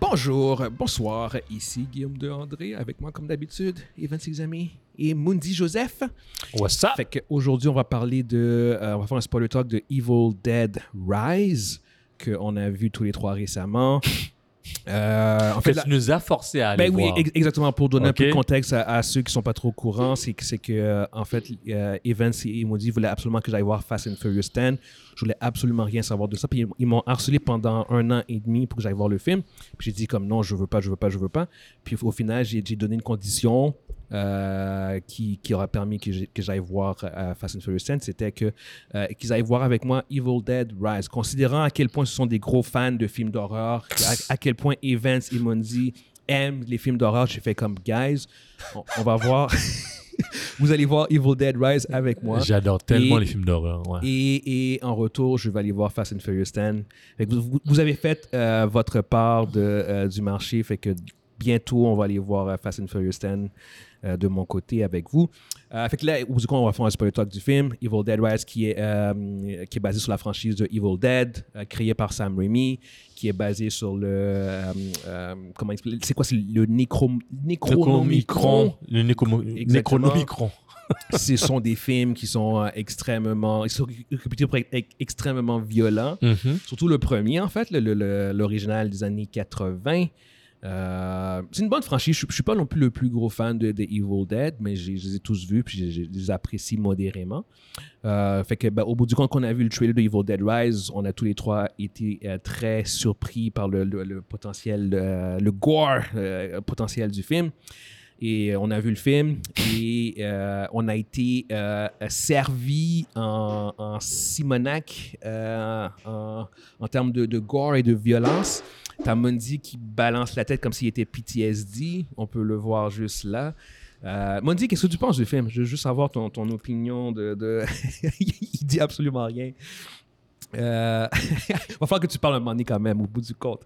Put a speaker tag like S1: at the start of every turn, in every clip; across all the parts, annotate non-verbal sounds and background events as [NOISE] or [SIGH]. S1: Bonjour, bonsoir, ici Guillaume de André, avec moi comme d'habitude, et 26 amis, et Mundi Joseph.
S2: What's up?
S1: Fait qu'aujourd'hui, on va parler de. euh, on va faire un spoiler talk de Evil Dead Rise, qu'on a vu tous les trois récemment. Euh, en
S2: Que
S1: fait, la-
S2: tu nous as forcé à aller
S1: ben oui,
S2: voir.
S1: ex- exactement. Pour donner
S2: Ok.
S1: un peu de contexte à, à ceux qui sont pas trop au courant, c'est que, c'est que euh, en fait, euh, Evans et Maudit voulaient absolument que j'aille voir Fast and Furious 10. Je voulais absolument rien savoir de ça. Puis ils, ils m'ont harcelé pendant un an et demi pour que j'aille voir le film. Puis j'ai dit comme non, je veux pas, je veux pas, je veux pas. Puis au final, j'ai j'ai donné une condition euh, qui, qui aura permis que j'ai- que j'aille voir euh, Fast and Furious 10. C'était que euh, qu'ils aillent voir avec moi Evil Dead Rise. Considérant à quel point ce sont des gros fans de films d'horreur, à, à quel point Evans et Mundi aiment les films d'horreur, j'ai fait comme guys, on, on va voir. [LAUGHS] Vous allez voir Evil Dead Rise avec moi.
S2: J'adore tellement
S1: Et-
S2: les films d'horreur. ouais.
S1: Et, et en retour, je vais aller voir Fast and Furious 10. Fait que vous, vous- vous avez fait euh, votre part de, euh, du marché. Fait que bientôt, on va aller voir euh, Fast and Furious 10 euh, de mon côté avec vous. Euh, fait que là, au- du coup, on va faire un spoiler talk du film Evil Dead Rise, qui est, euh, qui est basé sur la franchise de Evil Dead, euh, créée par Sam Raimi, qui est basé sur le. euh, euh, comment expliquer C'est quoi C'est le nécro, Necronomicon.
S2: Necronomicron. Le Necromo-
S1: Exactement.
S2: Necronomicron.
S1: Ce sont des films qui sont euh, extrêmement. Ils sont réputés pour être ex- extrêmement violents.
S2: Mhm.
S1: Surtout le premier, en fait, le- le- le- l'original des années 80. Euh, c'est une bonne franchise. Je ne suis pas non plus le plus gros fan de, de Evil Dead, mais j'ai- je les ai tous vus puis je- je les apprécie modérément. Euh, fait que, ben, au bout du compte, qu'on a vu le trailer de Evil Dead Rise, on a tous les trois été euh, très surpris par le, le- le potentiel, euh, le gore euh, potentiel du film. Et euh, on a vu le film et euh, on a été euh, servi en, en Simonac euh, en, en termes de, de gore et de violence. T'as Mundi qui balance la tête comme s'il était PTSD. On peut le voir juste là. Euh, Mundi, qu'est-ce que tu penses du film? Je veux juste savoir ton, ton opinion de... de- [LAUGHS] Il dit absolument rien. Euh... [LAUGHS] va falloir que tu parles un moment donné quand même, au bout du compte.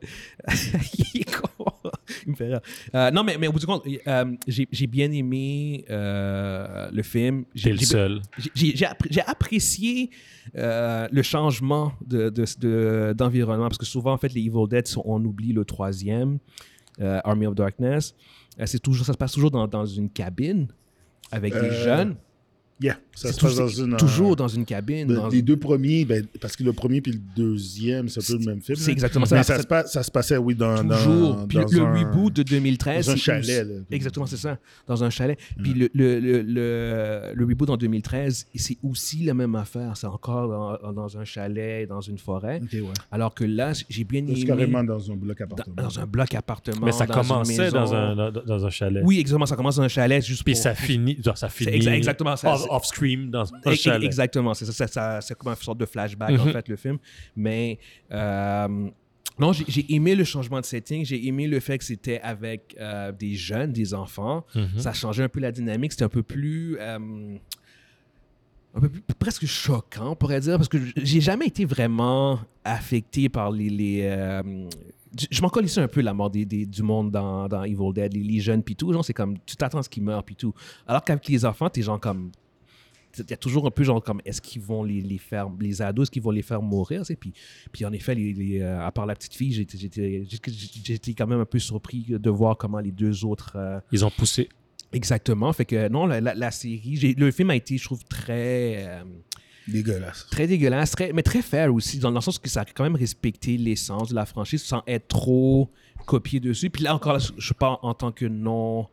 S1: [LAUGHS] Il est con. Il me fait rire. Euh, non, mais, mais au bout du compte, euh, j'ai j'ai bien aimé euh, le film. J'ai-
S2: T'es le
S1: j'ai-
S2: seul.
S1: j'ai- j'ai j'ai appré- j'ai apprécié euh, le changement de- de- de- d'environnement parce que souvent, en fait, les Evil Dead, sont- on oublie le troisième, euh, Army of Darkness. Euh, c'est toujours, ça se passe toujours dans, dans une cabine avec des
S3: Euh,
S1: jeunes.
S3: Yeah, ça
S1: C'est
S3: se passe
S1: toujours-
S3: dans une.
S1: Toujours dans une cabine.
S3: Le-
S1: dans-
S3: Les deux premiers, ben, parce que le premier puis le deuxième, c'est un peu le même film.
S1: c'est
S3: là.
S1: exactement ça.
S3: Mais
S1: Après
S3: ça, se passe, ça se passait, oui, dans. dans-
S1: toujours. Puis
S3: dans
S1: le, le
S3: un-
S1: reboot de 2013.
S3: dans un
S1: c'est-
S3: chalet, là. Mm.
S1: Exactement, c'est ça. Dans un chalet. Puis le, le, le, le, le reboot en 2013, c'est aussi la même affaire. C'est encore dans, dans un chalet, dans une forêt.
S3: Ok, ouais.
S1: Alors que là, j'ai bien
S3: Là, C'est
S1: aimé
S3: carrément dans un bloc
S1: dans,
S3: appartement.
S1: dans un bloc appartement.
S2: Mais ça
S1: dans une
S2: commençait
S1: maison.
S2: dans un, dans, dans un chalet.
S1: Oui, exactement. Ça commence dans un chalet juste
S2: Puis
S1: pour-
S2: ça finit. genre, ça finit.
S1: exa- exactement, ça-
S2: off, scream dans un
S1: E- e-
S2: chalet.
S1: Exactement, c'est ça, ça, ça- c'est comme une sorte de flashback en
S2: Mhm.
S1: fait le film. Mais euh, non, j'ai j'ai aimé le changement de setting, j'ai aimé le fait que c'était avec euh, des jeunes, des enfants.
S2: Mhm.
S1: Ça changeait un peu la dynamique, c'était un peu plus euh, un peu plus, presque choquant, on pourrait dire, parce que j'ai jamais été vraiment affecté par les. les, euh, je- je m'en connaissais un peu la mort des, des- du monde dans, dans Evil Dead, les, les jeunes, puis tout. Genre, c'est comme, tu t'attends à ce qu'ils meurent, puis tout. Alors qu'avec les enfants, t'es genre comme. Il y a toujours un peu genre comme, est-ce qu'ils vont les, les faire, les ados, est-ce qu'ils vont les faire mourir, tu sais? Puis, puis en effet, les, les, euh, à part la petite fille, j'étais- j'étais j'étais- j'étais quand même un peu surpris de voir comment les deux autres. euh,
S2: Ils ont poussé.
S1: Exactement. Fait que non, la, la- la série, j'ai- le film a été, je trouve, très, euh,
S3: Dégueulasse.
S1: très dégueulasse, très- mais très fair aussi, dans, dans le sens que ça a quand même respecté l'essence de la franchise sans être trop copié dessus. Puis là encore, là, je parle en tant que non,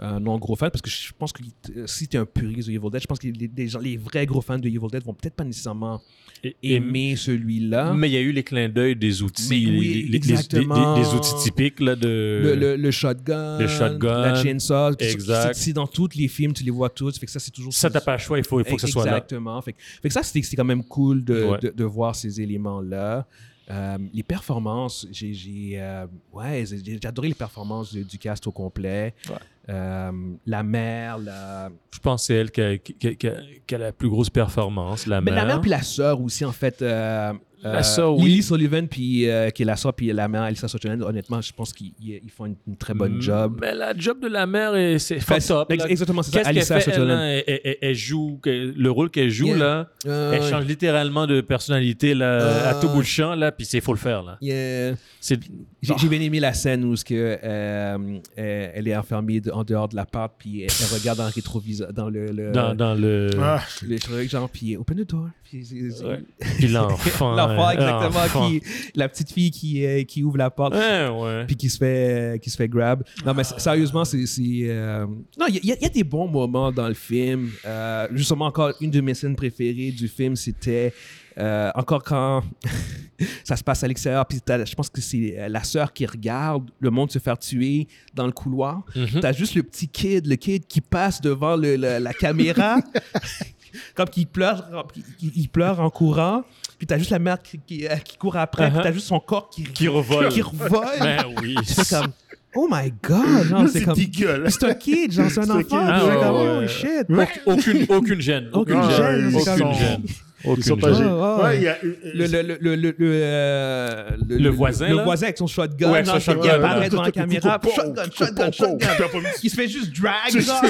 S1: euh, non gros fan, parce que je pense que euh, si tu es un puriste de Evil Dead, je pense que les, les gens, les vrais gros fans de Evil Dead vont peut-être pas nécessairement
S2: Et- et-
S1: aimer celui-là.
S2: Mais il y a eu les clins d'œil des outils.
S1: hein? Mais oui,
S2: les- les- les,
S1: exactement.
S2: les- les outils typiques là, de.
S1: le, le- le shotgun,
S2: le shotgun,
S1: la chainsaw, puis
S2: exact.
S1: si si dans tous les films tu les vois tous, fait que ça c'est toujours
S2: Ça, t'as pas le choix, il faut, il faut que ça soit là.
S1: Exactement. Fait, que- fait que ça, c'était c'était quand même cool de,
S2: Ouais.
S1: de- de voir ces éléments-là. Euh, les performances, j'ai- j'ai euh, ouais, j'ai- j'ai adoré les performances du, du cast au complet.
S2: Ouais.
S1: Euh, la mère, la...
S2: Je pense que c'est elle qui a, qui- qui- qui a- qui a la plus grosse performance, la
S1: Mais
S2: mère.
S1: la mère puis la sœur aussi, en fait. euh,
S2: Ah, ça, oui.
S1: Lily Sullivan, puis euh, qui est la soeur, puis la mère, Alyssa Sutherland, honnêtement, je pense qu'ils ils- ils font une, une très bonne job.
S2: Mais la job de la mère, est- c'est
S1: Fait-
S2: Mm. fucked up,
S1: ex-
S2: là.
S1: exactement, c'est ça.
S2: Qu'est-ce qu'elle
S1: Alyssa
S2: fait, elle,
S1: Sutherland.
S2: là? elle, elle- elle joue, que- le rôle qu'elle joue,
S1: Yeah.
S2: là,
S1: Euh,
S2: elle change littéralement de personnalité là,
S1: Euh.
S2: à tout bout de champ, là, puis c'est faut le faire, là.
S1: yeah.
S2: C'est...
S1: J'ai
S2: Ah.
S1: j'ai bien aimé la scène où ce que, euh, euh, elle est enfermée de- en dehors de l'appart, puis elle, elle regarde dans le rétroviseur, dans le, le,
S2: Dans, dans le...
S3: Ah,
S1: le truc, genre, puis open the door. Puis, c'est- c'est- [LAUGHS]
S2: Ouais. Puis l'enfant.
S1: L'enfant,
S2: hein,
S1: exactement,
S2: l'enfant.
S1: qui, la petite fille qui, euh, qui ouvre la porte.
S2: Ouais, ouais.
S1: puis qui se fait qui se fait grab non mais s-
S2: Ah.
S1: sérieusement c'est c'est, euh, non il y, a- il y a des bons moments dans le film Euh, justement encore une de mes scènes préférées du film c'était euh, encore quand [LAUGHS] ça se passe à l'extérieur puis t'as- je pense que c'est euh, la sœur qui regarde le monde se faire tuer dans le couloir
S2: Mhm.
S1: t'as juste le petit kid le kid qui passe devant le- le- la
S2: [LAUGHS]
S1: caméra comme qu'il pleure il, il pleure en courant puis t'as juste la mère qui, qui, euh, qui court après puis
S2: Uh-huh.
S1: t'as juste son corps qui
S2: Qui revole.
S1: qui revole
S2: Ben oui.
S1: [LAUGHS] c'est comme oh my god genre, c'est
S3: c'est
S1: comme
S3: dégueulasse.
S1: c'est un kid genre
S2: [LAUGHS]
S1: c'est un
S3: C'est un
S1: enfant
S3: kid.
S2: Ah,
S1: c'est comme
S2: ouais,
S1: oh
S2: ouais.
S1: shit
S2: Aucune, aucune gêne.
S1: Aucune
S2: Aucune
S1: gêne,
S2: gêne.
S1: c'est
S2: Aucune
S1: comme-
S2: gêne. Aucune
S3: Ils sont pas
S1: gêne.
S3: gênés.
S1: Ah, ah.
S3: Ouais, il y a-
S1: le, le, le, le, le, le, euh,
S2: Le voisin,
S1: le
S2: là?
S1: voisin avec son shotgun
S2: Ouais,
S1: genre,
S2: son
S1: qui
S2: shotgun,
S1: apparaît
S2: ouais.
S1: devant la caméra
S3: Pou, pou,
S1: shotgun
S3: pou,
S1: shotgun
S3: pou,
S1: shotgun
S3: pou. T'as pas vu
S1: il se fait juste drag
S3: Tu-
S1: genre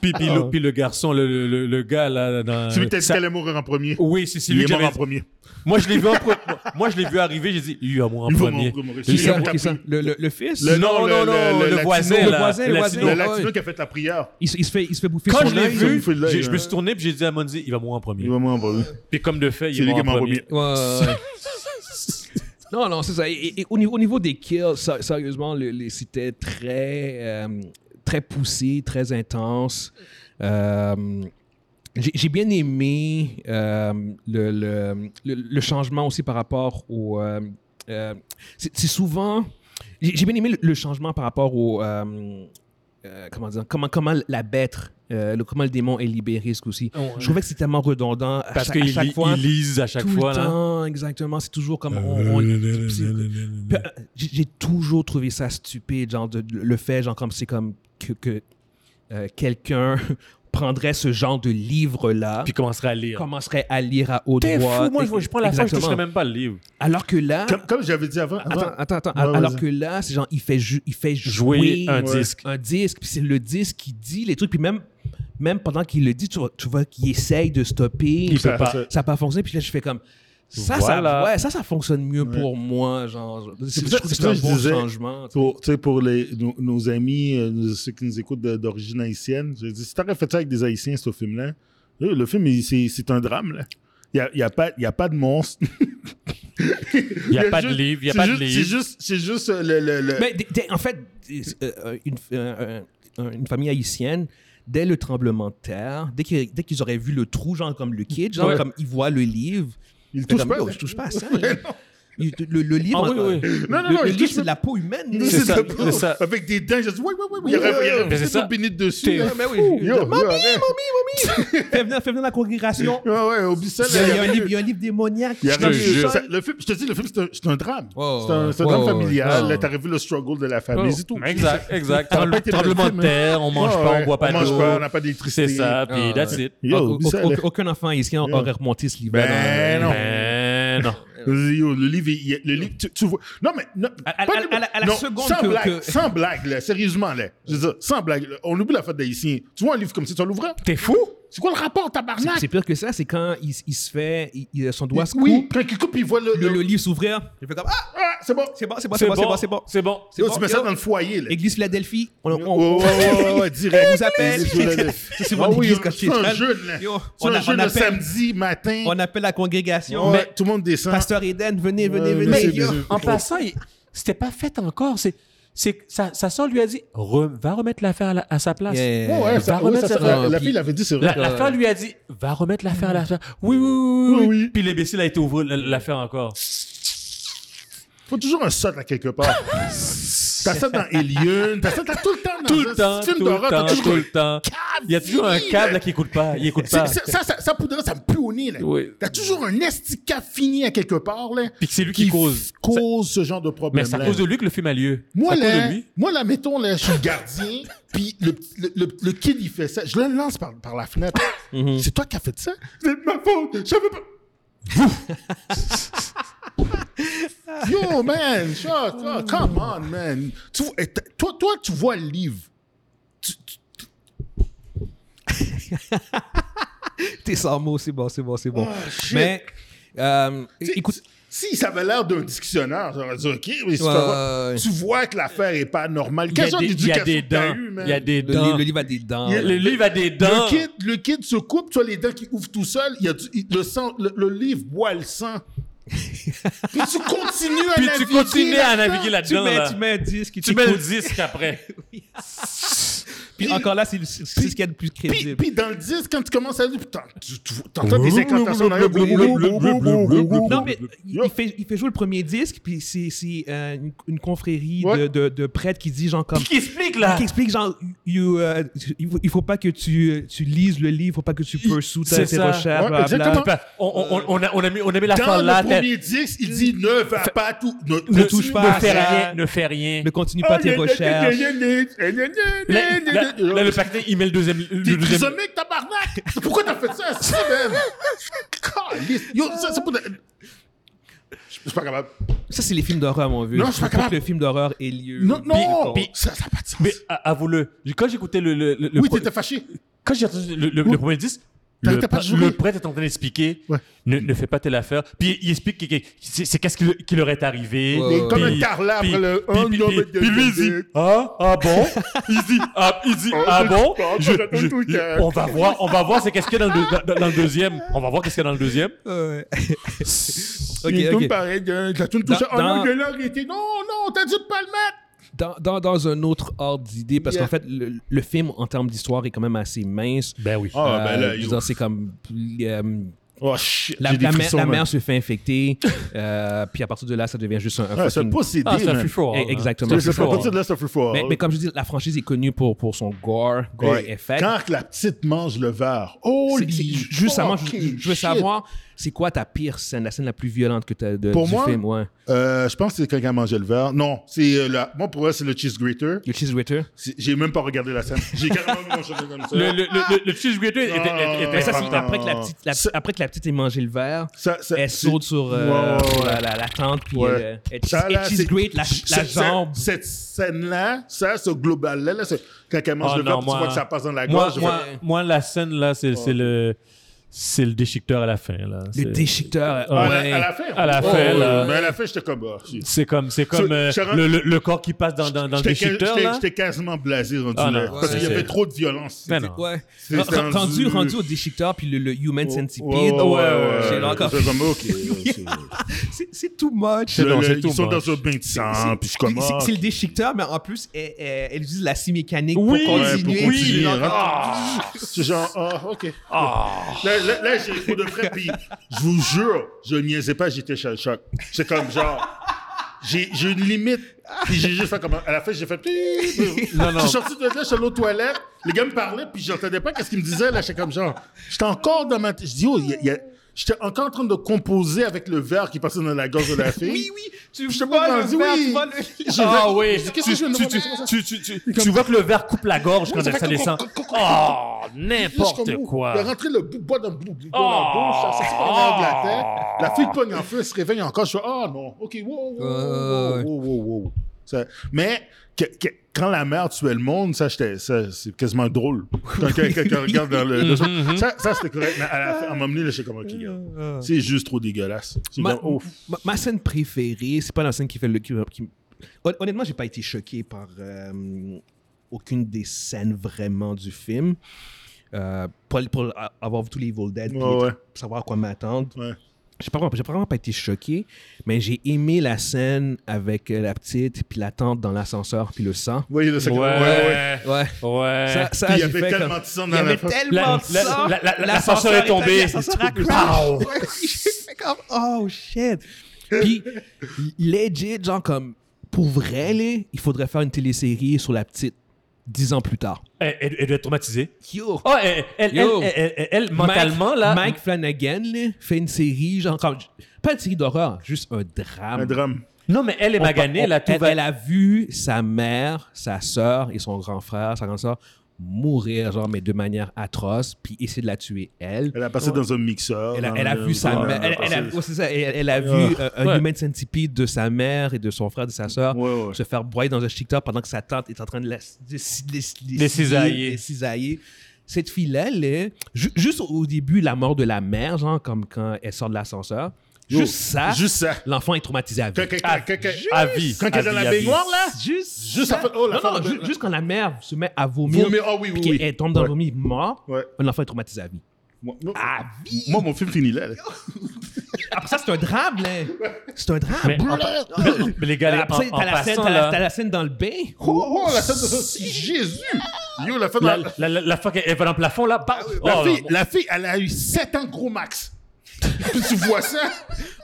S2: Puis, puis, le, puis le garçon, le, le- le, le gars là, dans.
S3: Celui que t'as dit
S2: Ça-
S3: qu'elle allait mourir en premier.
S2: Oui, c'est c'est
S3: Il
S2: lui
S3: est
S2: qui
S3: mort
S2: avait-
S3: en premier.
S2: Moi, je l'ai vu en pre- moi, je l'ai vu arriver, j'ai dit, lui, à moi en
S3: Il va
S2: premier.
S3: mourir en premier.
S1: Qui
S3: Celui qui
S1: ça,
S3: a
S1: qui
S3: tapé-
S1: ça? le, le, le fils
S3: Le-
S2: non, non,
S3: non,
S2: non,
S3: le-
S2: le,
S3: le- le
S2: voisin,
S1: latino.
S2: là,
S1: Le voisin, le
S2: latino.
S1: voisin.
S3: Le
S1: Ouais.
S3: latino qui a fait la prière.
S1: il, se- il se fait il se fait bouffer
S2: Quand
S1: son
S2: je l'ai
S1: œil.
S2: vu,
S3: fait de l'œil,
S2: j'ai- je me
S3: ouais.
S2: suis tourné puis j'ai dit à Monzi, il va mourir en premier.
S3: Il va mourir en premier.
S2: Puis comme de fait,
S3: C'est
S2: il est
S3: lui
S2: mort
S3: qui est
S2: en
S3: mort en
S2: premier.
S3: premier.
S1: Ouais, ouais, ouais. [LAUGHS] non, non, c'est ça. Et, et au, niveau, au niveau des kills, sé- sérieusement, le- les- c'était très, euh, très poussé, très intense. Euh, j'ai j'ai bien aimé euh, le, le- le- le changement aussi par rapport au. euh, euh, c'est c'est souvent. J'ai j'ai bien aimé le, le changement par rapport au. euh, euh, comment dire Comment, comment la bête, euh, le- comment le démon est libéré, ce coup-ci. Je trouvais que c'était tellement redondant. À
S2: Parce
S1: chaque, à
S2: qu'ils
S1: chaque
S2: li-
S1: fois
S2: ils lisent à chaque
S1: tout
S2: fois,
S1: le
S2: là.
S1: temps, exactement. C'est toujours comme.
S3: Euh.
S1: on- on- c'est- Puis, euh, J'ai j'ai toujours trouvé ça stupide, genre de, de- le fait, genre comme c'est comme que, que, euh, quelqu'un [LAUGHS] prendrait ce genre de livre-là,
S2: Puis commencerait à lire.
S1: commencerait à lire à haute
S2: T'es
S1: voix.
S2: fou, moi, je, je prends la fin, je
S1: Exactement.
S2: toucherais même pas le livre.
S1: Alors que là,
S3: Comme, comme j'avais dit avant, avant-
S1: attends, attends, attends.
S3: Ouais,
S1: alors
S3: vas-y.
S1: que là, c'est genre il fait ju- il fait
S2: Jouer
S1: jouer
S2: un disque.
S1: un disque, puis c'est le disque qui dit les trucs, puis même même pendant qu'il le dit, tu vois, tu vois qu'il essaye de stopper.
S2: Il
S1: Ça-
S2: peut pas.
S1: ça n'a pas fonctionné. Puis là, je fais comme. Ça,
S2: Voilà.
S1: ça, ouais, ça, ça fonctionne mieux pour moi. Genre, c'est
S3: pour
S1: je
S3: ça-
S1: trouve que
S3: c'est
S1: c'est
S3: pour
S1: un
S3: ça que
S1: bon
S3: je disais-
S1: changement.
S3: pour, tu sais, pour les, nos, nos amis, euh, nos- ceux qui nous écoutent de- d'origine haïtienne, je dis, si t'aurais fait ça avec des Haïtiens, ce film-là, euh, le film, il- c'est c'est un drame. là. Il n'y a, il y a, pas- il y a pas de monstre.
S2: Il n'y a pas de livre, il n'y a pas de
S3: C'est
S2: livre.
S3: juste, c'est juste euh, le. le, le- [LAUGHS]
S1: Mais dès- dès- en fait, euh, une, euh, euh, une famille haïtienne, dès le tremblement de terre, dès qu'ils, dès qu'ils auraient vu le trou, genre comme le kid, genre
S2: Ouais.
S1: comme ils voient le livre,
S3: il
S1: ils
S3: touche pas.
S1: comme, Yo, je touche pas à ça. là. Il- Le, le livre,
S2: Ah oui,
S1: euh,
S2: oui.
S1: le-
S3: Non, non,
S1: le,
S3: non,
S1: le
S3: je
S1: livre,
S3: touche
S1: c'est de la peau humaine. là.
S3: C'est
S2: C'est ça,
S3: ça,
S2: c'est ça.
S3: Avec des dents, je dis, ouais, ouais, ouais, ouais. Il aurait il aurait
S2: Mais c'est
S3: poussé
S2: ça.
S3: une bénite
S2: T'es
S3: dessus. là.
S1: Mais oui.
S3: Ah, Yo, yo, arrête. [LAUGHS]
S1: Fais venir, fais venir la congrégation.
S3: Ouais, ouais, oublie ça.
S1: Il y a,
S3: là,
S1: il y a un
S3: aurait-
S1: livre, il y a un livre démoniaque.
S3: Il y a
S2: Je te jure.
S3: ça- le film, je te dis, le film, c'est un, c'est un drame.
S1: Oh,
S3: c'est un, c'est un
S1: ouais,
S3: drame
S1: ouais,
S3: familial.
S1: ouais.
S3: Là, t'aurais vu le struggle de la famille, c'est tout.
S2: Oh. Exact, exact.
S3: Ça aurait
S2: Tremble-
S3: pas été le
S2: Tremblement
S3: film,
S2: de
S3: hein.
S2: terre, on mange
S3: Ouais,
S2: pas,
S3: ouais.
S2: on boit pas
S3: On mange pas, on
S2: d'eau.
S3: n'a pas
S2: C'est
S3: d'électricité.
S2: ça,
S1: Ah,
S2: puis that's it.
S3: Yo,
S1: Au-
S3: oublie
S1: au-
S3: ça,
S1: au-
S3: là.
S1: aucun enfant haïtien
S3: Yo.
S1: aurait remonté ce livre.
S3: Ben non.
S2: Ben non.
S3: Vas-y, yo, le livre, il y a- le livre tu, tu vois. Non, mais. Non,
S1: Euh, À- à-
S3: pas
S1: à-
S3: de-
S1: à la- à la
S3: non,
S1: seconde
S3: sans
S1: que-
S3: blague,
S1: que-
S3: Sans blague, là, sérieusement, là. Je veux dire, sans blague. là, On oublie la fête d'Haïtien. Tu vois un livre comme ça, tu vas l'ouvrir.
S2: T'es fou?
S3: C'est quoi le rapport, tabarnak?
S1: C'est pire que ça, c'est quand il, il se fait, il- il- son doigt se coupe,
S3: Oui, quand il coupe, il voit le.
S1: le,
S3: le-
S1: le livre s'ouvrir. Il fait comme Ah,
S3: Ah, c'est bon.
S1: c'est bon, c'est bon, c'est bon, c'est bon, c'est bon.
S2: C'est bon.
S1: C'est
S3: Yo,
S1: bon,
S3: Tu mets
S1: yo.
S3: ça dans le foyer, là. Oh,
S1: Église Philadelphie, on, on,
S3: Ouais,
S1: on-
S3: ouais, ouais, ouais, direct.
S1: on vous appelle. [LAUGHS]
S3: Je voulais-
S1: Ça, c'est
S3: Ah
S1: mon
S3: oui,
S1: église quand
S3: c'est
S1: j'étais
S3: un
S1: jeune.
S3: jeune, là.
S1: Yo,
S3: C'est
S1: on, a-
S3: un
S1: on
S3: jeune le
S1: appelle,
S3: samedi matin.
S1: on appelle la congrégation.
S3: Ouais,
S1: Mais-
S3: tout le monde descend.
S1: Pasteur Eden, venez, venez,
S3: Ouais,
S1: venez.
S3: mais
S1: yo.
S3: c'est-
S2: En passant, il- c'était pas fait encore. C'est, c'est, sa, sa soeur lui a dit Re- va remettre l'affaire à, la- à sa place.
S1: Yeah.
S3: Ouais, ouais, ça-
S2: Va
S3: ouais,
S2: remettre
S3: ça-
S2: ça-
S3: la-
S1: euh,
S3: La
S1: puis-
S3: fille avait dit, c'est vrai.
S2: La, la
S1: Ouais.
S2: femme lui a dit va remettre l'affaire à la place. Oui, oui, oui, oui,
S3: Oui, oui.
S2: Puis l'imbécile a été ouvert l'affaire encore.
S3: faut toujours un shot à quelque
S2: [LAUGHS]
S3: part. t'as ça dans Alien, t'as ça t'as tout le temps dans
S2: Tout
S3: un
S2: le temps,
S3: film
S2: tout
S3: d'horreur,
S2: le temps,
S3: t'as toujours
S2: tout le temps.
S3: câble
S2: Il y a toujours un
S3: fini,
S2: câble
S3: là.
S2: qui écoute pas. Il écoute
S3: C'est-
S2: pas.
S3: c'est- Ça, ça, ça, poudre, ça me pue au nez, là.
S2: Oui.
S3: T'as toujours un estica fini à quelque part, là.
S2: Puis que c'est lui qui cause.
S3: cause ce genre de problème.
S2: Mais c'est à
S3: là.
S2: cause de lui que le film a lieu.
S3: Moi,
S2: C'est à
S3: là,
S2: cause de lui.
S3: moi, là, mettons, là, je suis gardien, [LAUGHS] puis le, petit- le, le- le kid,
S2: Mm-hmm.
S3: il fait ça. Je le lance par, par la fenêtre. C'est toi qui as fait ça? C'est de ma faute! Je savais pas... [LAUGHS] Yo, man, shut up, come on, man. Tu, et t- toi, toi, tu vois le livre. Tu- tu-
S1: T'es sans mots, c'est bon, c'est bon, c'est bon.
S3: Ah, shit.
S1: Mais, euh,
S3: tu-
S1: écoute,
S3: Si ça avait l'air d'un dictionnaire, j'aurais dit, OK, mais c'est
S1: Ouais,
S3: pas-
S1: ouais, ouais.
S3: tu vois que l'affaire est pas normale.
S2: Il y a
S3: Quelle sorte
S2: des- il y a
S3: d'éducation
S2: des
S3: t'as
S2: dents.
S3: eu, man?
S2: Il y a des
S1: le, livre, le
S2: dents.
S1: livre a des dents.
S3: Il y a-
S2: Le livre a des dents.
S3: Le kid, le kid se coupe, tu vois les dents qui ouvrent tout seul, il y a du- il- le, sang, le, le livre boit
S2: [LAUGHS]
S3: le sang. Puis tu continues à
S2: Puis
S3: naviguer.
S2: tu continues à
S3: là-dedans.
S2: naviguer
S1: tu,
S2: là-dedans.
S1: mets,
S2: là.
S1: tu mets un disque,
S2: Tu mets le disque après.
S1: Puis encore là, c'est le- c'est ce qu'il y a de plus
S3: Puis,
S1: crédible.
S3: puis dans le disque, quand tu commences à lire, putain, tu tu- t'entends des incantations derrière.
S1: Non, mais il, il fait, il fait jouer le premier disque, puis c'est c'est, euh, une, une confrérie de-
S3: Ouais. Ah.
S1: de, de prêtres qui dit genre comme...
S2: Qui explique là
S1: qui explique genre you, euh, il faut- il faut pas que tu euh, tu lises le livre faut pas que tu pursue ta-
S2: c'est
S1: tes
S2: ça.
S1: recherches
S3: Ouais,
S1: bla, bla, bla.
S3: exactement.
S2: Bah, on, on- on- on a, on, a mis, on a mis la
S3: Dans
S2: fin là.
S3: le
S2: t'as-
S3: premier disque, il dit ne va pas tout. Ne,
S1: Ne
S3: continue-
S1: touche pas
S2: Ne fais
S1: à ça.
S2: rien, ne fais rien.
S1: ne continue
S3: Ah,
S1: pas tes recherches
S2: Là, là- là, le paquetin, il met le deuxième.
S3: T'es
S2: Le deuxième.
S3: trisomique, tabarnak! Pourquoi t'as fait ça à ça,
S2: [LAUGHS]
S3: même? Caliste. Yo, ça, c'est pas... de- Je suis pas capable.
S1: ça c'est les films d'horreur mon vieux
S3: Non, je suis
S1: Faut
S3: pas capable.
S1: que le film d'horreur ait lieu
S3: Non, non! [LAUGHS]
S2: puis-
S3: Ça n'a pas de sens.
S2: Mais à- avoue-le, quand j'écoutais le, le, le, le
S3: oui,
S2: pro-
S3: t'étais fâché.
S2: quand j'ai entendu le, le- le premier disque,
S3: T'as-
S2: le,
S3: t'as pas
S2: pr-
S3: joué.
S2: le prêtre est en train d'expliquer
S3: Ouais.
S2: ne, ne fais pas telle affaire. Puis il explique que- que- c'est c'est qu'est-ce qui, le- qui leur est arrivé.
S1: Ouais, ouais,
S3: Comme
S1: ouais.
S3: un carlat après le- un
S2: puis-
S3: homme
S2: puis-
S3: de-
S2: puis lui, il dit
S3: de-
S2: Ah, ah bon Il dit Ah, il dit,
S3: Oh,
S2: ah
S3: je-
S2: bon
S3: oh,
S2: Je-
S3: j'attends
S2: je-
S3: tout le
S2: je-
S3: temps.
S2: On va voir, on va voir c'est qu'est-ce qu'il y a dans le, dans- dans- dans le deuxième. On va voir qu'est-ce qu'il y a dans le deuxième.
S1: Ouais.
S3: Il
S1: ok
S3: tourne
S1: ok
S3: pareil, de- de la tourne tout
S1: Dans-
S3: ça. Oh non,
S1: dans-
S3: il est là, il était... Non, non, t'as dit de pas le mettre!
S1: dans, dans, dans un autre ordre d'idée parce
S3: Yeah.
S1: qu'en fait le, le film en termes d'histoire est quand même assez mince
S2: Ben oui.
S3: Ah,
S1: Euh,
S3: ben là,
S1: je veux
S3: yo.
S1: dire, c'est comme euh,
S3: Oh, shit,
S1: la,
S3: j'ai des
S1: la, mère-
S3: frissons,
S1: la
S3: man.
S1: mère se fait infecter euh, puis à partir de là ça devient juste un, un
S3: Ouais, ça
S1: fucking-
S3: peut pas s'aider,
S2: Ah, c'est un
S3: man.
S2: free-for-all,
S1: Eh,
S2: hein.
S1: exactement.
S2: C'est un
S3: Ça fait
S2: free-for-all.
S3: partie de la Suffer Four.
S1: mais, mais comme je dis la franchise est connue pour, pour son gore gore
S3: Hey,
S1: effect
S3: Quand que la petite mange le verre.
S1: C'est-
S3: Oh,
S1: c'est- Juste avant, je, je- je veux savoir, c'est quoi ta pire scène, la scène la plus violente que tu as de,
S3: Pour
S1: du
S3: moi?
S1: film? Ouais.
S3: Euh, je pense que c'est quand elle mangeait le verre. Non, c'est euh, la- Moi, pour moi, c'est le cheese grater.
S1: Le cheese grater?
S3: C'est- J'ai même pas regardé la scène. J'ai carrément [LAUGHS] mangé comme ça.
S2: Le, le, le, le, le cheese grater était, était- était
S3: Mais
S1: ça, c'est
S3: Ah.
S1: après que, la petite, la-
S3: Ça-
S1: après que la petite ait mangé le verre,
S3: Ça- ça-
S1: elle
S3: c'est-
S1: saute sur, euh,
S3: Ouais, ouais,
S1: sur
S3: ouais.
S1: la, la, la tente, puis
S3: Ouais.
S1: elle, elle,
S3: Ça,
S1: elle
S3: là,
S1: cheese
S3: c'est-
S1: grate la, la
S3: ça- ça-
S1: jambe.
S3: Cette scène-là, ça, ce global-là, là, c'est- quand elle mange
S2: Oh
S3: le
S2: non,
S3: verre, puis tu
S2: moi-
S3: vois que ça passe dans la
S2: Moi,
S3: gorge.
S2: moi,
S1: fait-
S2: moi, la scène là, c'est c'est le, c'est le déchiqueteur à la fin. Là.
S1: Le
S2: C'est-
S1: déchiqueteur.
S3: je- à,
S1: ouais.
S3: la, à la fin.
S2: À la
S3: Oh,
S2: fin,
S3: ouais,
S2: là.
S3: Mais à la fin, j'étais comme. ah, shit.
S2: C'est comme, c'est comme euh,
S3: Sharon-
S2: le, le, le corps qui passe dans, dans, dans le
S3: J'étais ca-
S2: déchiqueteur.
S3: j'étais-
S2: là.
S3: J'étais quasiment blasé rendu
S2: Ah, non,
S3: là. Parce
S1: ouais,
S3: qu'il y
S1: c'est-
S3: avait trop de violence.
S2: Mais non.
S1: Ouais.
S3: C'est
S1: Ren- ren- Rendu,
S3: tendu.
S1: rendu au déchiqueteur, puis le, le human
S3: Oh,
S1: centipede. J'ai là encore- [LAUGHS]
S3: C'est comme, ok. c'est-
S1: C'est- C'est too much.
S2: non,
S3: Le-
S2: c'est
S3: le-
S2: tout,
S3: Ils sont
S2: moi.
S3: dans un bain de sang, puis je
S1: C'est- c'est-
S3: commence.
S1: C'est le déchiqueteur, mais en plus, elle, elle- elle utilise la scie mécanique
S2: Oui,
S1: pour
S2: ouais,
S1: continuer.
S2: pour
S1: puis
S2: continuer,
S1: genre,
S3: hein.
S1: ah!
S3: C'est genre, ah, ok.
S2: Ah.
S3: Là, là, là, j'ai pour de frais, puis je vous jure, je niaisais pas, j'étais shell choc. C'est comme genre, j'ai j'ai une limite, puis j'ai juste fait comme, à la fin, j'ai fait,
S2: Non, non.
S3: je suis sorti de là, je suis allé aux toilettes, les gars me parlaient, puis j'entendais pas qu'est-ce qu'ils me disaient, là, j'étais comme genre, j'étais encore dans ma, je dis, oh, il y a- il y a- j'étais encore en train de composer avec le verre qui passait dans la
S1: [LAUGHS]
S3: gorge de la fille.
S1: Oui, oui, tu
S3: Je te
S1: vois
S3: comprends,
S1: le
S3: dis
S1: verre,
S3: oui.
S1: tu vois
S3: Je-
S1: le...
S2: Ah oui,
S3: Je dis,
S2: tu,
S3: qu'est-ce que je viens de
S2: tu-
S3: voir?
S2: tu- tu- tu- tu vois que le verre coupe la gorge quand
S3: ça
S2: ça
S3: fait
S2: descend.
S3: co- co- co- co-
S2: Oh,
S3: Là, je suis
S2: n'importe
S3: comme,
S2: quoi.
S3: Il a rentré le bout- bois dans le bout dans
S2: Oh.
S3: la bouche, ça sorti par l'arrière de la tête. La fille pogne en feu, elle se réveille encore. Je fais Ah non, ok, wow, wow, wow,
S1: Ouais.
S3: wow, wow, wow. Ça- mais que- que- quand la mère tuait le monde, ça, j'étais- ça, c'est quasiment drôle. Quand quelqu'un quelqu'un regarde dans
S1: [LAUGHS]
S3: le. le-
S1: Mm-hmm.
S3: ça, ça, c'était correct. Mais à la fin, à un moment donné, là, j'étais comme ok, gars, c'est juste trop dégueulasse. C'est
S1: Ma,
S3: comme, oh,
S1: ma- ma scène préférée, c'est pas la scène qui fait le... Qui, qui- Hon- Honnêtement, j'ai pas été choqué par euh, aucune des scènes vraiment du film. Euh, pour, pour a- avoir tous les Evil Dead, puis
S3: Ouais, ouais.
S1: savoir à quoi m'attendre.
S3: Ouais.
S1: J'ai pas, vraiment- j'ai pas vraiment pas été choqué, mais j'ai aimé la scène avec euh, la petite, puis la tante dans l'ascenseur, puis le sang.
S3: Vous voyez, là, c'est
S2: Ouais,
S3: comme, ouais, ouais.
S1: Ouais.
S2: ouais.
S1: Ça, ça,
S3: Puis il y
S1: j'ai
S3: avait
S1: fait
S3: tellement
S1: comme-
S3: de sang
S1: Il
S3: dans
S1: y avait
S3: la face.
S1: tellement de
S2: La-
S1: sang.
S2: la- la- la- l'ascenseur est tombé.
S1: L'ascenseur a crash.
S2: Pow.
S1: Ouais, [LAUGHS] j'ai fait comme, oh shit. Puis, legit, genre comme, pour vrai, là, il faudrait faire une télésérie sur la petite dix ans plus tard.
S2: Elle, elle- elle doit être traumatisée.
S1: Yo.
S2: Oh, elle, elle, elle,
S1: Yo.
S2: elle- elle- elle- elle, mentalement,
S1: Mike,
S2: là.
S1: Mike Flanagan là, fait une série, genre, comme- pas une série d'horreur, juste un drame.
S3: Un drame.
S2: Non, mais elle est
S1: On-
S2: maganée,
S1: on-
S2: là, tout
S1: elle,
S2: va.
S1: elle a vu sa mère, sa sœur et son grand frère, sa grande sœur mourir, genre, mais de manière atroce, puis essayer de la tuer, elle.
S3: Elle a passé dans un mixeur.
S1: Elle a,
S3: dans
S1: elle a
S3: le-
S1: vu sa
S3: Ouais,
S1: mère. Elle, elle a,
S3: passé-
S1: ouais, c'est ça, elle- elle a vu euh, un
S2: Ouais.
S1: human centipede de sa mère et de son frère, de sa soeur,
S3: Ouais, ouais.
S1: se faire broyer dans un chic-top pendant que sa tante est en train de la, de- de- de- de-
S2: Les cisailler.
S1: les cisailler. Cette fille-là, elle est- ju- juste au début, la mort de la mère, genre, comme quand elle sort de l'ascenseur,
S3: Yo,
S1: juste ça, Ah,
S3: Juste ça.
S1: l'enfant est traumatisé à vie.
S3: Quand, quand- quand- Ah, quand- quand-
S2: À vie.
S3: quand elle est dans
S2: à vie,
S3: la
S2: à vie.
S3: baignoire, là?
S1: Juste,
S3: Juste
S1: ça.
S3: en fait- oh, la
S1: Non,
S3: femme-
S1: non, ju-
S3: la-
S1: juste quand la mère se met à vomir,
S3: Vomir. Ah oui,
S1: puis
S3: oui,
S1: qu'elle
S3: oui.
S1: elle tombe dans
S3: Ouais.
S1: le vomi mort,
S3: Ouais.
S1: l'enfant est traumatisé à vie.
S3: Moi, moi-
S1: À vie!
S3: moi, mon film finit là. là.
S1: Après Ah, ça, c'est un drame, là. C'est un drame.
S2: Mais, en- mais- mais les gars, en,
S1: Après,
S2: en
S1: t'as la, scène-
S2: passant,
S1: t'as la-
S2: là,
S1: t'as la scène dans le bain.
S3: Oh, la scène de Jésus! Yo, la femme.
S2: la,
S3: la, Ah
S2: la, la, la fois qu'elle va dans le plafond, là, bam!
S3: la
S2: Oh,
S3: fille,
S2: non.
S3: la fille, elle a eu 7 ans gros max. [LAUGHS] Puis tu vois ça?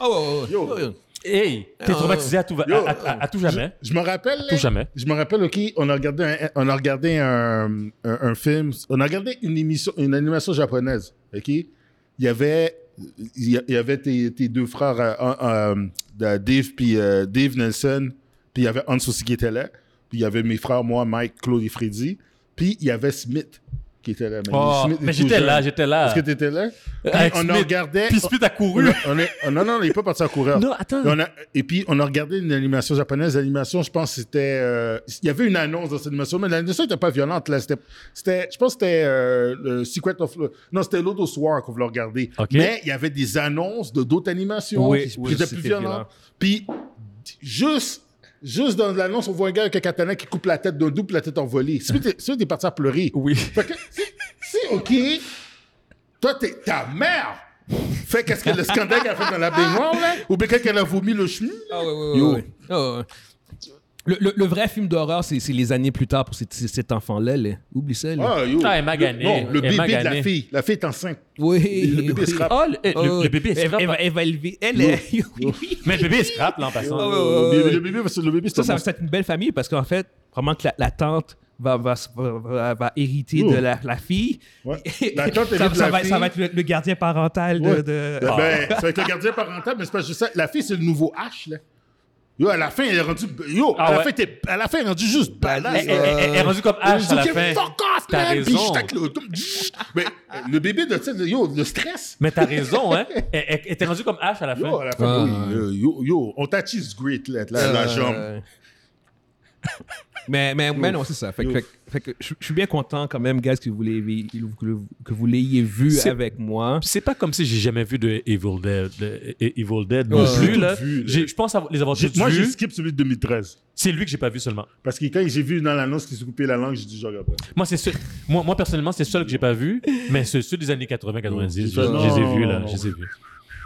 S1: Oh, oh, oh.
S3: Yo.
S2: Hey, t'es
S1: Euh,
S2: traumatisé à tout, va-
S3: Ah, yo,
S2: à, à- à- à tout jamais.
S3: Je me rappelle. là,
S2: jamais.
S3: Je me rappelle, OK, on a regardé un, on a regardé un, un- un film. On a regardé une émission, une animation japonaise. OK? Il y avait, il y- il y avait tes, tes deux frères, euh, euh, euh, Dave puis euh, Dave Nelson. Puis il y avait Hans aussi qui était là. Puis il y avait mes frères, moi, Mike, Claude et Freddy. Puis il y avait Smith qui était là. Mais
S2: Oh,
S3: Smith
S2: mais
S3: est tout
S2: j'étais
S3: jeune.
S2: là, j'étais là.
S3: Est-ce que tu étais là? Puis
S2: Avec
S3: on a
S2: Smith.
S3: regardait.
S2: Puis Smith a
S3: on
S2: couru.
S3: a- on est- on- non, non, il n'est pas parti à courir.
S2: Non, attends.
S3: Et, on a- et puis, on a regardé une animation japonaise. L'animation, je pense, que c'était. euh, il y avait une annonce dans cette animation, mais l'animation n'était pas violente. Là. C'était, c'était- je pense que c'était euh, le Secret of. non, c'était Lodos War qu'on voulait regarder.
S2: Ok.
S3: Mais il y avait des annonces de d'autres animations
S1: Oui,
S3: qui,
S1: oui,
S3: qui étaient
S1: c'était
S3: plus violentes.
S1: violent.
S3: Puis, juste. Juste dans l'annonce, on voit un gars avec un katana qui coupe la tête d'un double, la tête envolée. Celui t'es- celui t'es parti à pleurer.
S2: Oui.
S3: Fait que, c'est- c'est OK. Toi, t'es ta mère. Fait qu'est-ce que le scandale qu'elle a fait dans la baignoire, là? Ou bien quand elle a vomi le chemin?
S1: Ah, ouais, ouais, ouais,
S3: Yo.
S1: ouais. Ah, ouais. Le, le- le vrai film d'horreur, c'est c'est les années plus tard pour cet, cet enfant-là. là. Oublie ça. là.
S3: Ah, yo.
S2: Ah, elle m'a
S3: Le-
S2: gagné.
S3: Non, le
S2: Elle
S3: bébé
S2: m'a
S3: de la
S2: gagné.
S3: fille. La fille est enceinte.
S1: oui.
S3: Le bébé
S1: oui.
S3: se rappe.
S2: Oh, le, eh,
S1: Ah,
S2: le-
S1: ouais.
S2: le bébé,
S1: elle,
S2: elle
S1: elle va, elle va élever. Elle, elle- oui.
S2: Mais le bébé, il scrape, là, en
S1: Ah,
S2: passant.
S1: ouais, ouais, ouais,
S3: Le
S1: ouais.
S3: bébé- le bébé, parce que le bébé, c'est
S1: Ça, ça
S3: un
S1: va être une belle famille parce qu'en fait, vraiment que la, la tante va, va, va- va- va hériter
S3: Ouh.
S1: de la, la fille. [LAUGHS]
S3: Ouais. La tante
S1: ça,
S3: hérite de
S1: ça
S3: la
S1: va,
S3: fille.
S1: ça va être le, le gardien parental de.
S3: Ouais.
S1: de- Ah,
S3: Ben, ben, ça va être le gardien parental, mais c'est pas juste ça. La fille, c'est le nouveau H, là. Yo, à la fin, elle est rendue. Yo,
S2: Ah
S3: à, la
S2: ouais.
S3: fin, t'es- à la fin, elle est rendue juste badass.
S2: Elle, elle- elle- elle est rendue comme
S3: Je
S2: H à la
S3: dis,
S2: fin.
S3: Fuck off,
S2: T'as
S3: man! Puis
S2: raison.
S3: je tacle le auto. Mais euh, le bébé de, tu sais, le- yo, le stress.
S2: Mais t'as raison, hein. Elle- Elle elle était rendue comme H à la
S3: Yo,
S2: fin.
S3: à la fin,
S1: Ah.
S3: yo, yo, yo, yo, on t'attise great, là, la, la
S1: Euh,
S3: jambe.
S1: Mais, mais, mais non, c'est ça. Fait, que- fait, que- fait que je je suis bien content quand même, guys, que vous l'ayez, que vous l'ayez vu
S2: C'est-
S1: avec moi.
S2: C'est pas comme si j'ai jamais vu de Evil Dead, de Evil Dead non
S1: Ouais.
S2: plus,
S3: J'ai
S2: là.
S3: tout vu, là.
S2: J'ai- Je pense avoir- les avoir
S3: J'ai-
S2: tous
S3: Moi, j'ai
S2: vus.
S3: skip celui de 2013.
S2: C'est lui que j'ai pas vu seulement.
S3: Parce que quand j'ai vu dans l'annonce qu'il se coupait la langue, j'ai dit, je regarde pas.
S2: Moi, c'est seul- moi, moi, personnellement, c'est le seul que j'ai pas vu, mais c'est ceux des années 80-90. Je,
S3: Non.
S2: je les ai vus, là. Je les ai vus.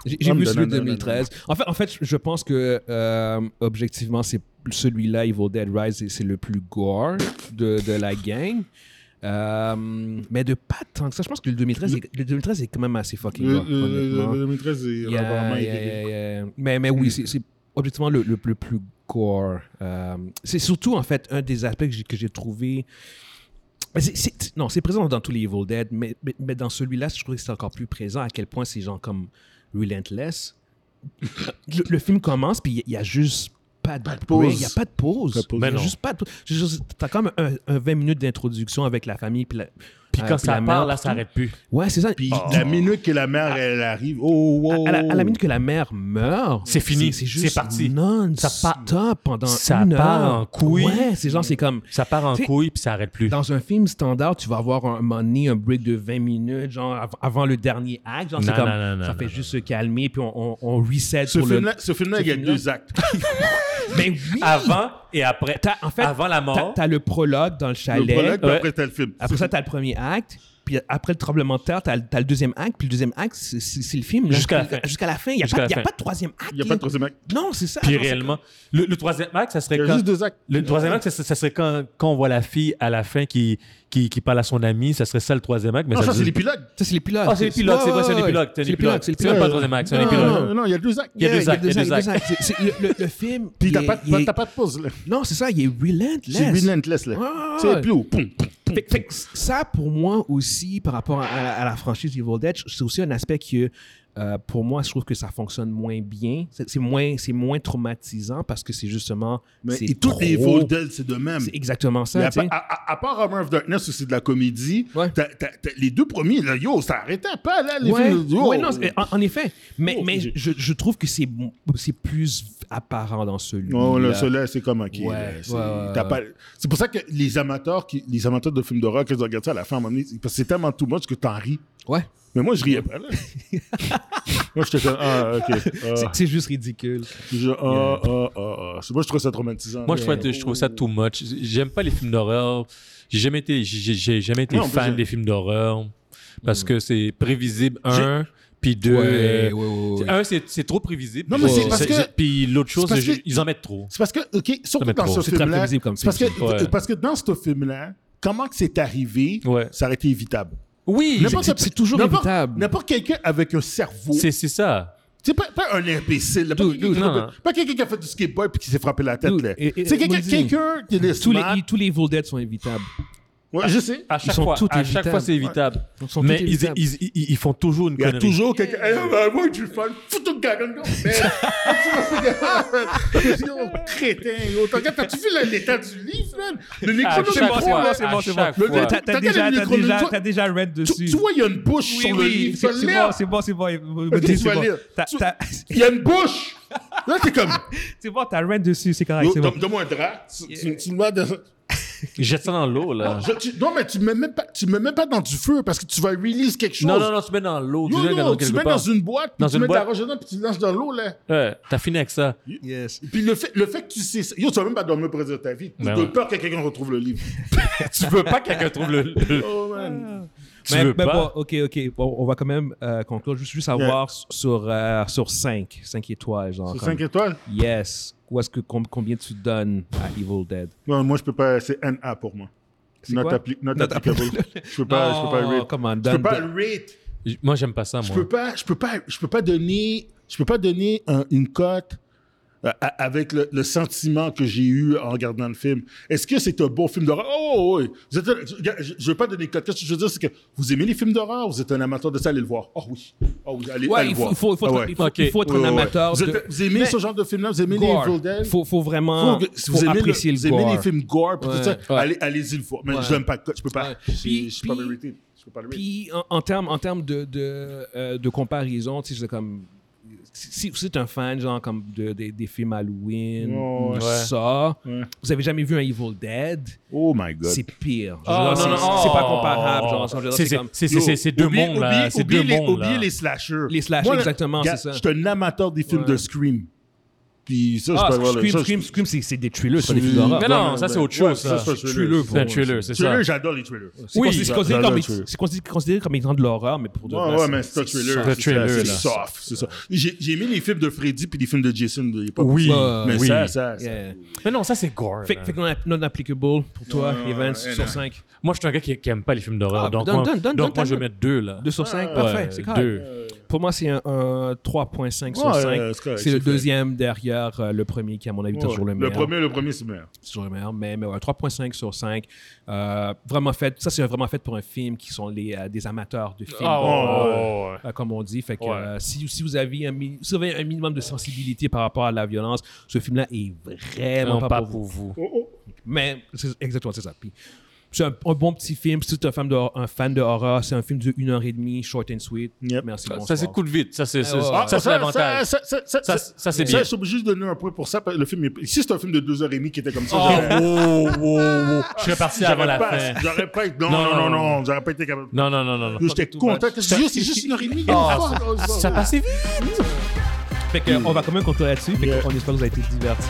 S1: J'ai j'ai
S3: Non,
S1: vu
S3: non,
S1: celui
S3: non,
S1: de
S3: non, non,
S1: 2013. En fait, en fait, je pense que euh, objectivement, c'est celui-là, Evil Dead Rise, c'est- c'est le plus gore de, de la gang. Euh, mais de pas tant que ça. Je pense que le 2013, est, le 2013 est quand même assez fucking
S3: Euh,
S1: gore, honnêtement.
S3: 2013 est
S1: Yeah,
S3: vraiment
S1: yeah, yeah, yeah. Mais, mais
S3: Hmm.
S1: oui, c'est c'est objectivement le, le, le plus gore. Euh, c'est surtout, en fait, un des aspects que j'ai- que j'ai trouvé. mais c'est- c'est- non, c'est présent dans tous les Evil Dead, mais, mais, mais dans celui-là, je trouve que c'est encore plus présent à quel point ces gens comme
S3: [LAUGHS]
S1: Relentless. le, le film commence, puis il n'y a, juste pas de,
S3: de pause.
S1: Il n'y a pas de pause.
S3: Pas de pause.
S1: Il y a
S2: Ben non.
S1: juste pas de pause. C'est juste- T'as comme un, un 20 minutes d'introduction avec la famille. Puis, la-
S2: Puis
S3: Ah,
S1: euh,
S2: quand
S1: la
S2: ça
S1: mère,
S2: part, là,
S1: puis
S2: ça
S1: tout.
S2: arrête plus.
S1: Ouais, c'est ça.
S3: Puis
S2: Oh.
S3: la minute que la mère, elle arrive, oh, oh, oh.
S1: Ah. à, à la, à la minute que la mère meurt,
S2: C'est fini,
S1: C'est juste
S2: c'est parti. Ça
S1: Non-stop pendant
S2: ça
S1: une heure.
S2: part en couille.
S1: Ouais, c'est genre, c'est comme.
S2: Ça part en
S1: T'sais,
S2: couille, puis ça arrête plus.
S1: Dans un film standard, tu vas avoir un moment donné, un break de 20 minutes, genre av- avant le dernier acte. Genre, c'est
S2: Non,
S1: comme.
S2: non, non, non,
S1: ça fait
S2: non,
S1: juste se calmer, puis on, on, on reset
S3: Ce
S1: pour le.
S3: film-là, ce film-là, il y a
S1: film-là.
S3: deux actes.
S1: Mais oui!
S2: Avant et après.
S1: T'as- en fait,
S2: avant la
S1: T'as
S2: mort.
S1: t'as le prologue dans le
S3: Le
S1: chalet.
S3: prologue, puis
S2: Ouais.
S3: après, t'as le film.
S1: Après ça, t'as le premier acte. Puis après le tremblement de terre, t'as as le deuxième acte. Puis le deuxième acte, c'est- c'est c'est le film. là.
S2: Jusqu'à la fin.
S1: Jusqu'à la fin. Il n'y a,
S2: Jusqu'à
S1: pas-
S2: la
S1: il y a
S2: fin.
S1: pas de troisième acte.
S3: Il n'y a pas de troisième acte.
S1: Non, c'est ça.
S2: Puis
S1: Genre, c'est
S2: réellement. Le, le troisième acte, ça serait
S3: Il y a
S2: quand.
S3: juste deux actes.
S2: Le troisième acte, ça, ça- ça serait quand, quand on voit la fille à la fin qui, qui, qui parle à son ami. Ça serait ça le troisième acte. Mais
S3: Non,
S2: ça
S3: ça,
S2: dit-
S3: c'est l'épilogue.
S1: Ça, c'est l'épilogue.
S2: Ah, c'est l'épilogue, c'est vrai, c'est un
S1: Ouais, ouais,
S2: épilogue.
S1: ouais.
S2: C'est un
S1: C'est
S2: épilogue.
S1: l'épilogue, c'est
S2: C'est même pas
S1: l'épilogue.
S2: le troisième acte, c'est un
S3: Non,
S2: épilogue.
S3: non, non, il y a deux actes.
S2: Il y a
S1: Yeah,
S2: deux actes, il y a
S1: il
S2: deux actes.
S1: C'est- c'est- le- Le le film.
S3: Puis
S1: il
S3: t'as
S1: est-
S3: pas, de-
S1: il est-
S3: t'as pas de pause, là.
S1: Non, c'est ça, il est relentless.
S3: C'est relentless, là.
S1: Ouais, ouais.
S3: C'est plus haut. Poum, poum, poum.
S1: Fait- fait que ça, pour moi aussi, par rapport à, à la franchise Evil Dead, c'est aussi un aspect que euh, pour moi, je trouve que ça fonctionne moins bien. C'est c'est moins, c'est moins traumatisant parce que c'est justement.
S3: Mais
S1: c'est
S3: et toutes les
S1: trop-
S3: Evil Dead, c'est de même.
S1: C'est exactement
S3: Mais
S1: ça.
S3: à,
S1: tu sais.
S3: pa- à- à- à part Armor of Darkness, où c'est de la comédie,
S1: Ouais.
S3: t'as- t'as- t'as- les deux premiers, là, yo, ça arrêtait pas, là, les
S1: Ouais,
S3: films, yo.
S1: ouais, non, c'est- en, en effet. Mais,
S3: Oh,
S1: mais
S3: j'ai-
S1: je, je trouve que c'est c'est plus apparent dans celui-là.
S3: Oh, là, celui-là, c'est comme OK.
S1: Ouais,
S3: là, c'est-
S1: ouais, ouais,
S3: t'as
S1: ouais.
S3: pas- C'est pour ça que les amateurs, qui, les amateurs de films d'horreur, quand ils regardent ça à la fin, à un moment donné, c'est- parce que c'est tellement too much que t'en ris.
S1: Ouais.
S3: Mais moi, je riais pas,
S1: [LAUGHS]
S3: là. moi, j'étais comme, ah, OK. ah,
S1: C'est- C'est juste ridicule.
S3: je- ah, ah, ah, ah. C'est- Moi, je trouve ça traumatisant.
S2: Moi,
S3: là.
S2: je trouve, je trouve ça too much. J'aime pas les films d'horreur. J'ai jamais été, j'ai- j'ai jamais été
S3: Non, en plus,
S2: fan
S3: j'ai-
S2: des films d'horreur parce que c'est prévisible, un, puis deux. euh,
S1: Ouais, Ah, ouais, ouais, ouais.
S2: Un, c'est c'est trop prévisible.
S3: Non,
S1: mais
S2: puis
S1: c'est
S2: c'est-
S1: parce
S2: c'est-
S3: que-
S2: Puis l'autre chose,
S3: parce
S2: c'est
S3: que-
S2: ju- ils en mettent trop.
S3: C'est parce que, OK, surtout
S2: mais
S3: dans
S2: trop.
S3: ce
S1: C'est très
S3: film-là.
S1: prévisible comme
S3: c'est parce,
S1: film,
S3: que, euh,
S2: ça. Ouais.
S3: parce que dans ce film-là, comment que c'est arrivé,
S2: Ouais.
S3: ça aurait été évitable.
S2: Oui,
S3: N'importe-
S1: c'est- c'est toujours
S3: n'importe-
S1: évitable.
S3: N'importe quelqu'un avec un cerveau.
S2: c'est c'est ça.
S3: Tu sais, pas, pas un imbécile. là, Pas
S1: Dude,
S3: quelqu'un
S1: dude,
S3: qui a
S2: non,
S3: fait-
S2: non.
S3: pas quelqu'un qui a fait du skateboard puis qui s'est frappé la tête.
S1: Dude,
S3: là.
S1: et- et-
S3: C'est quelqu'un
S1: Moody.
S3: quelqu'un qui est
S1: Tous les,
S3: smart.
S1: tous les Evil Dead sont évitables.
S3: Ouais, je sais.
S2: À chaque
S1: sont
S2: fois,
S1: tous
S2: à chaque
S1: évitables.
S2: fois, c'est évitable.
S1: Ils sont tous
S2: Mais ils,
S1: évitables.
S2: ils, ils- ils font toujours une
S3: Il y a
S2: connerie.
S3: toujours quelqu'un. Eh, ben, moi, je suis fan. Fous-toi de Gargan, gars. Merde. [LAUGHS] Yo, Crétin. yo. T'as- T'as-tu vu le- l'état du livre, man? Le
S2: À
S3: Necronomicon,
S2: chaque
S3: là,
S2: fois,
S3: là,
S2: à chaque
S3: Le-
S2: fois.
S4: T'as
S3: le- T'as
S4: t'as déjà,
S3: déjà le
S4: t'as déjà,
S3: Necronomicon.
S4: t'as déjà read
S3: Tu
S4: dessus.
S3: tu vois, il y a une bouche
S4: oui,
S3: sur le
S4: oui,
S3: livre.
S4: c'est
S3: ça
S4: c'est
S3: l'air.
S4: bon, c'est bon, c'est bon.
S3: Tu
S4: Maudit, C'est
S3: vas
S4: bon.
S3: lire.
S4: T'as-
S1: [LAUGHS]
S3: Tu-
S4: t'as-
S3: Il y a une bouche. Là, t'es
S2: [LAUGHS] Ah,
S3: comme.
S4: C'est bon, t'as read dessus, c'est correct,
S3: Yo,
S4: c'est bon.
S3: donne- Donne-moi un drap. Tu- tu- Tu me mets dans.
S2: Jette ça dans l'eau, là.
S3: Je- tu- non, mais tu ne mets, même pas- tu me mets même pas dans du feu parce que tu vas release quelque chose.
S2: Non, non, non, tu mets dans l'eau.
S3: Yo,
S2: tu mets
S3: yo,
S2: dans
S3: tu
S2: quelque
S3: mets
S2: part.
S3: dans une boîte, puis
S2: Dans
S3: tu
S2: une
S3: mets
S2: boîte.
S3: ta roche dedans, puis tu le lances dans l'eau, là.
S2: Ouais, T'as fini avec ça.
S1: Yes.
S3: Puis le fait, le fait que tu sais ça, yo, tu vas même pas dormir près de ta vie. Tu
S2: Ben
S3: de
S2: ouais.
S3: peur que quelqu'un retrouve le livre.
S2: tu veux pas que quelqu'un trouve le. le-
S3: Oh, man.
S2: tu
S4: mais,
S2: veux
S4: mais
S2: pas.
S4: bon,
S1: Ok, ok. Bon, on va quand même euh, conclure. Juste, juste avoir sur, euh, sur 5. 5 étoiles, genre.
S3: C'est
S1: comme-
S3: 5 étoiles?
S1: Yes. Ou est-ce que com- combien tu donnes à Evil Dead?
S3: Non, moi, je peux pas. C'est NA pour moi.
S1: C'est
S3: Not,
S1: quoi?
S3: appli- not applicable. je peux pas, je peux pas
S1: Non,
S3: rate.
S1: Oh, come on,
S3: je peux
S1: donne-
S3: pas
S1: donne-
S3: rate.
S2: J- Moi, j'aime pas ça,
S3: Je
S2: moi.
S3: peux pas, je peux pas, je peux pas donner, je peux pas donner un- une cote euh, à- avec le, le sentiment que j'ai eu en regardant le film. Est-ce que c'est un bon film d'horreur? Oh, oui. Vous êtes un- je- je, je veux pas donner de cote. Qu'est-ce que je veux dire, c'est que vous aimez les films d'horreur, vous êtes un amateur de ça, allez le voir. Oh oui. Oh oui, allez,
S1: Ouais,
S3: allez
S1: il
S3: le
S1: faut,
S3: voir.
S1: il faut, il faut
S3: Ah
S1: être,
S3: ouais.
S1: il faut-
S2: Ok.
S1: il faut être
S3: Ouais,
S1: un
S3: ouais, ouais.
S1: amateur.
S3: Vous,
S1: de...
S3: êtes- vous aimez
S1: Mais-
S3: ce genre de film-là? Vous aimez
S1: gore.
S3: les Evil Dead?
S1: Faut, faut
S3: Faut
S1: vraiment
S3: que- si
S1: faut
S3: vous aimez, le-
S1: apprécier le,
S3: vous aimez
S1: gore.
S3: les films gore, puis tout
S1: Ouais.
S3: ça,
S2: Ouais.
S3: allez, allez-y le voir. Mais
S1: Ouais.
S3: je donne pas de cote, je peux pas.
S1: Ouais.
S3: Je
S1: Puis-
S3: je suis pas
S1: puis-
S3: rated. Je peux pas le rater.
S1: Puis en, en termes en termes de, de, euh, de comparaison, tu sais, c'est comme. Si si vous êtes un fan, genre, comme de, de- des films Halloween,
S3: Ouais,
S1: ou
S3: ouais.
S1: ça,
S3: Ouais.
S1: vous avez jamais vu un Evil Dead,
S3: Oh my god.
S1: c'est pire. Je veux
S2: Ah,
S1: dire, c'est
S2: non, non,
S1: c'est pas
S2: oh.
S1: comparable. Genre, je veux dire,
S2: C'est-
S1: c'est comme-
S2: C'est c'est- c'est- c'est deux
S3: Oubliez-
S2: mondes, là.
S3: oubliez-
S2: C'est
S3: oubliez
S2: deux
S3: les-
S2: mondes,
S3: Oubliez
S2: là.
S3: les slashers.
S1: Les slashers,
S3: là,
S1: exactement,
S3: gars,
S1: c'est ça.
S3: Je suis un amateur des films
S1: Ouais.
S3: de Scream. Puis ça, je
S1: Ah,
S3: peux avoir le-
S1: Scream,
S3: ça, je-
S1: Scream, Scream, c'est c'est des thrillers, c'est
S3: je-
S1: des films d'horreur.
S2: Mais non, ça, c'est autre chose,
S3: Ouais,
S2: ça.
S3: c'est un
S1: Thriller,
S3: thriller.
S1: pour
S2: C'est un
S1: moi.
S2: thriller, c'est ça.
S3: Thriller, j'adore les thrillers.
S1: C'est
S2: Oui,
S1: considéré- c'est considéré
S3: j'adore
S1: comme-
S3: le
S1: c'est
S3: thriller.
S1: considéré- considéré comme exemple de l'horreur, mais pour de
S3: Ouais,
S1: vrai,
S3: ouais,
S1: c'est-
S3: mais c'est un thriller.
S2: c'est
S3: ça,
S2: thriller,
S3: C'est
S2: là.
S3: soft, c'est ça. J'ai j'ai aimé les films de Freddy puis les films de Jason de l'époque.
S2: Oui,
S3: mais
S2: oui.
S3: ça, ça, ça.
S1: Yeah.
S2: Mais non, ça, c'est gore.
S1: Fait,
S2: là.
S1: fait que non, app- non applicable pour toi,
S3: Non, non,
S1: Evans,
S3: non, non.
S1: sur 5.
S2: Moi, je suis un gars qui, qui aime pas les films d'horreur.
S1: Ah,
S2: donc,
S1: donne-
S2: moi,
S1: donne- donne-
S2: donc
S1: donne
S2: moi, je
S1: ta
S2: vais mettre deux, là.
S1: 2 sur 5,
S3: Ouais,
S1: parfait,
S2: Ouais,
S1: c'est correct.
S2: deux.
S1: Pour moi, c'est un, un 3.5 sur
S3: Ouais,
S1: 5.
S3: euh, c'est correct,
S1: c'est le
S3: c'est fait.
S1: deuxième derrière euh, le premier qui, à mon avis, est
S3: Ouais.
S1: toujours le
S3: Le
S1: meilleur.
S3: premier, le premier, c'est meilleur.
S1: C'est toujours le meilleur, mais, mais ouais, 3.5 sur 5. Euh, vraiment fait, ça, c'est vraiment fait pour un film qui sont les, euh, des amateurs de films. d'horreur,
S2: Oh, ouais.
S1: euh, comme on dit, fait que
S2: Ouais.
S1: euh, si, si vous avez un, mi- si vous avez un minimum de sensibilité par rapport à la violence, ce film-là est vraiment
S2: Non,
S1: pas, pour vous.
S2: vous.
S3: Oh, oh.
S1: Mais c'est exactement c'est ça. Puis c'est un, un bon petit film. Si tu es un fan de, un fan de horreur, c'est un film de 1h30, short and sweet.
S3: Yep.
S1: Merci.
S2: Ça, c'est
S1: bonsoir.
S2: cool vite. Ça, c'est ça,
S1: ouais,
S2: c'est-
S1: ouais.
S2: ça, c'est l'avantage.
S3: Ça, ça, ça,
S2: Ça, ça, c'est bien.
S3: je suis obligé de donner un point pour ça. parce que Le film est- Si c'est un film de 2h30 qui était comme ça,
S2: Oh,
S3: j'aurais-
S2: wow, wow, wow. Je serais parti avant
S3: j'aurais
S2: la
S3: pas,
S2: fin.
S3: j'aurais pas été- Non,
S2: Non,
S3: non, non,
S2: non,
S3: non, j'aurais pas été capable.
S2: Non, non, non, non. non.
S3: J'étais content. que- C'est juste- c'est juste une heure et demie.
S2: Oh,
S3: Oh, oh, oh.
S2: Ça passait vite.
S1: Fait que, on va quand même conclure là-dessus. Fait
S3: Yeah.
S1: qu'on espère que vous avez été divertis.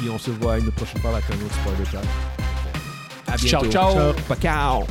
S1: Puis on se voit une prochaine fois avec un autre spoiler chat. À bientôt.
S2: Ciao, ciao.
S1: Pacao.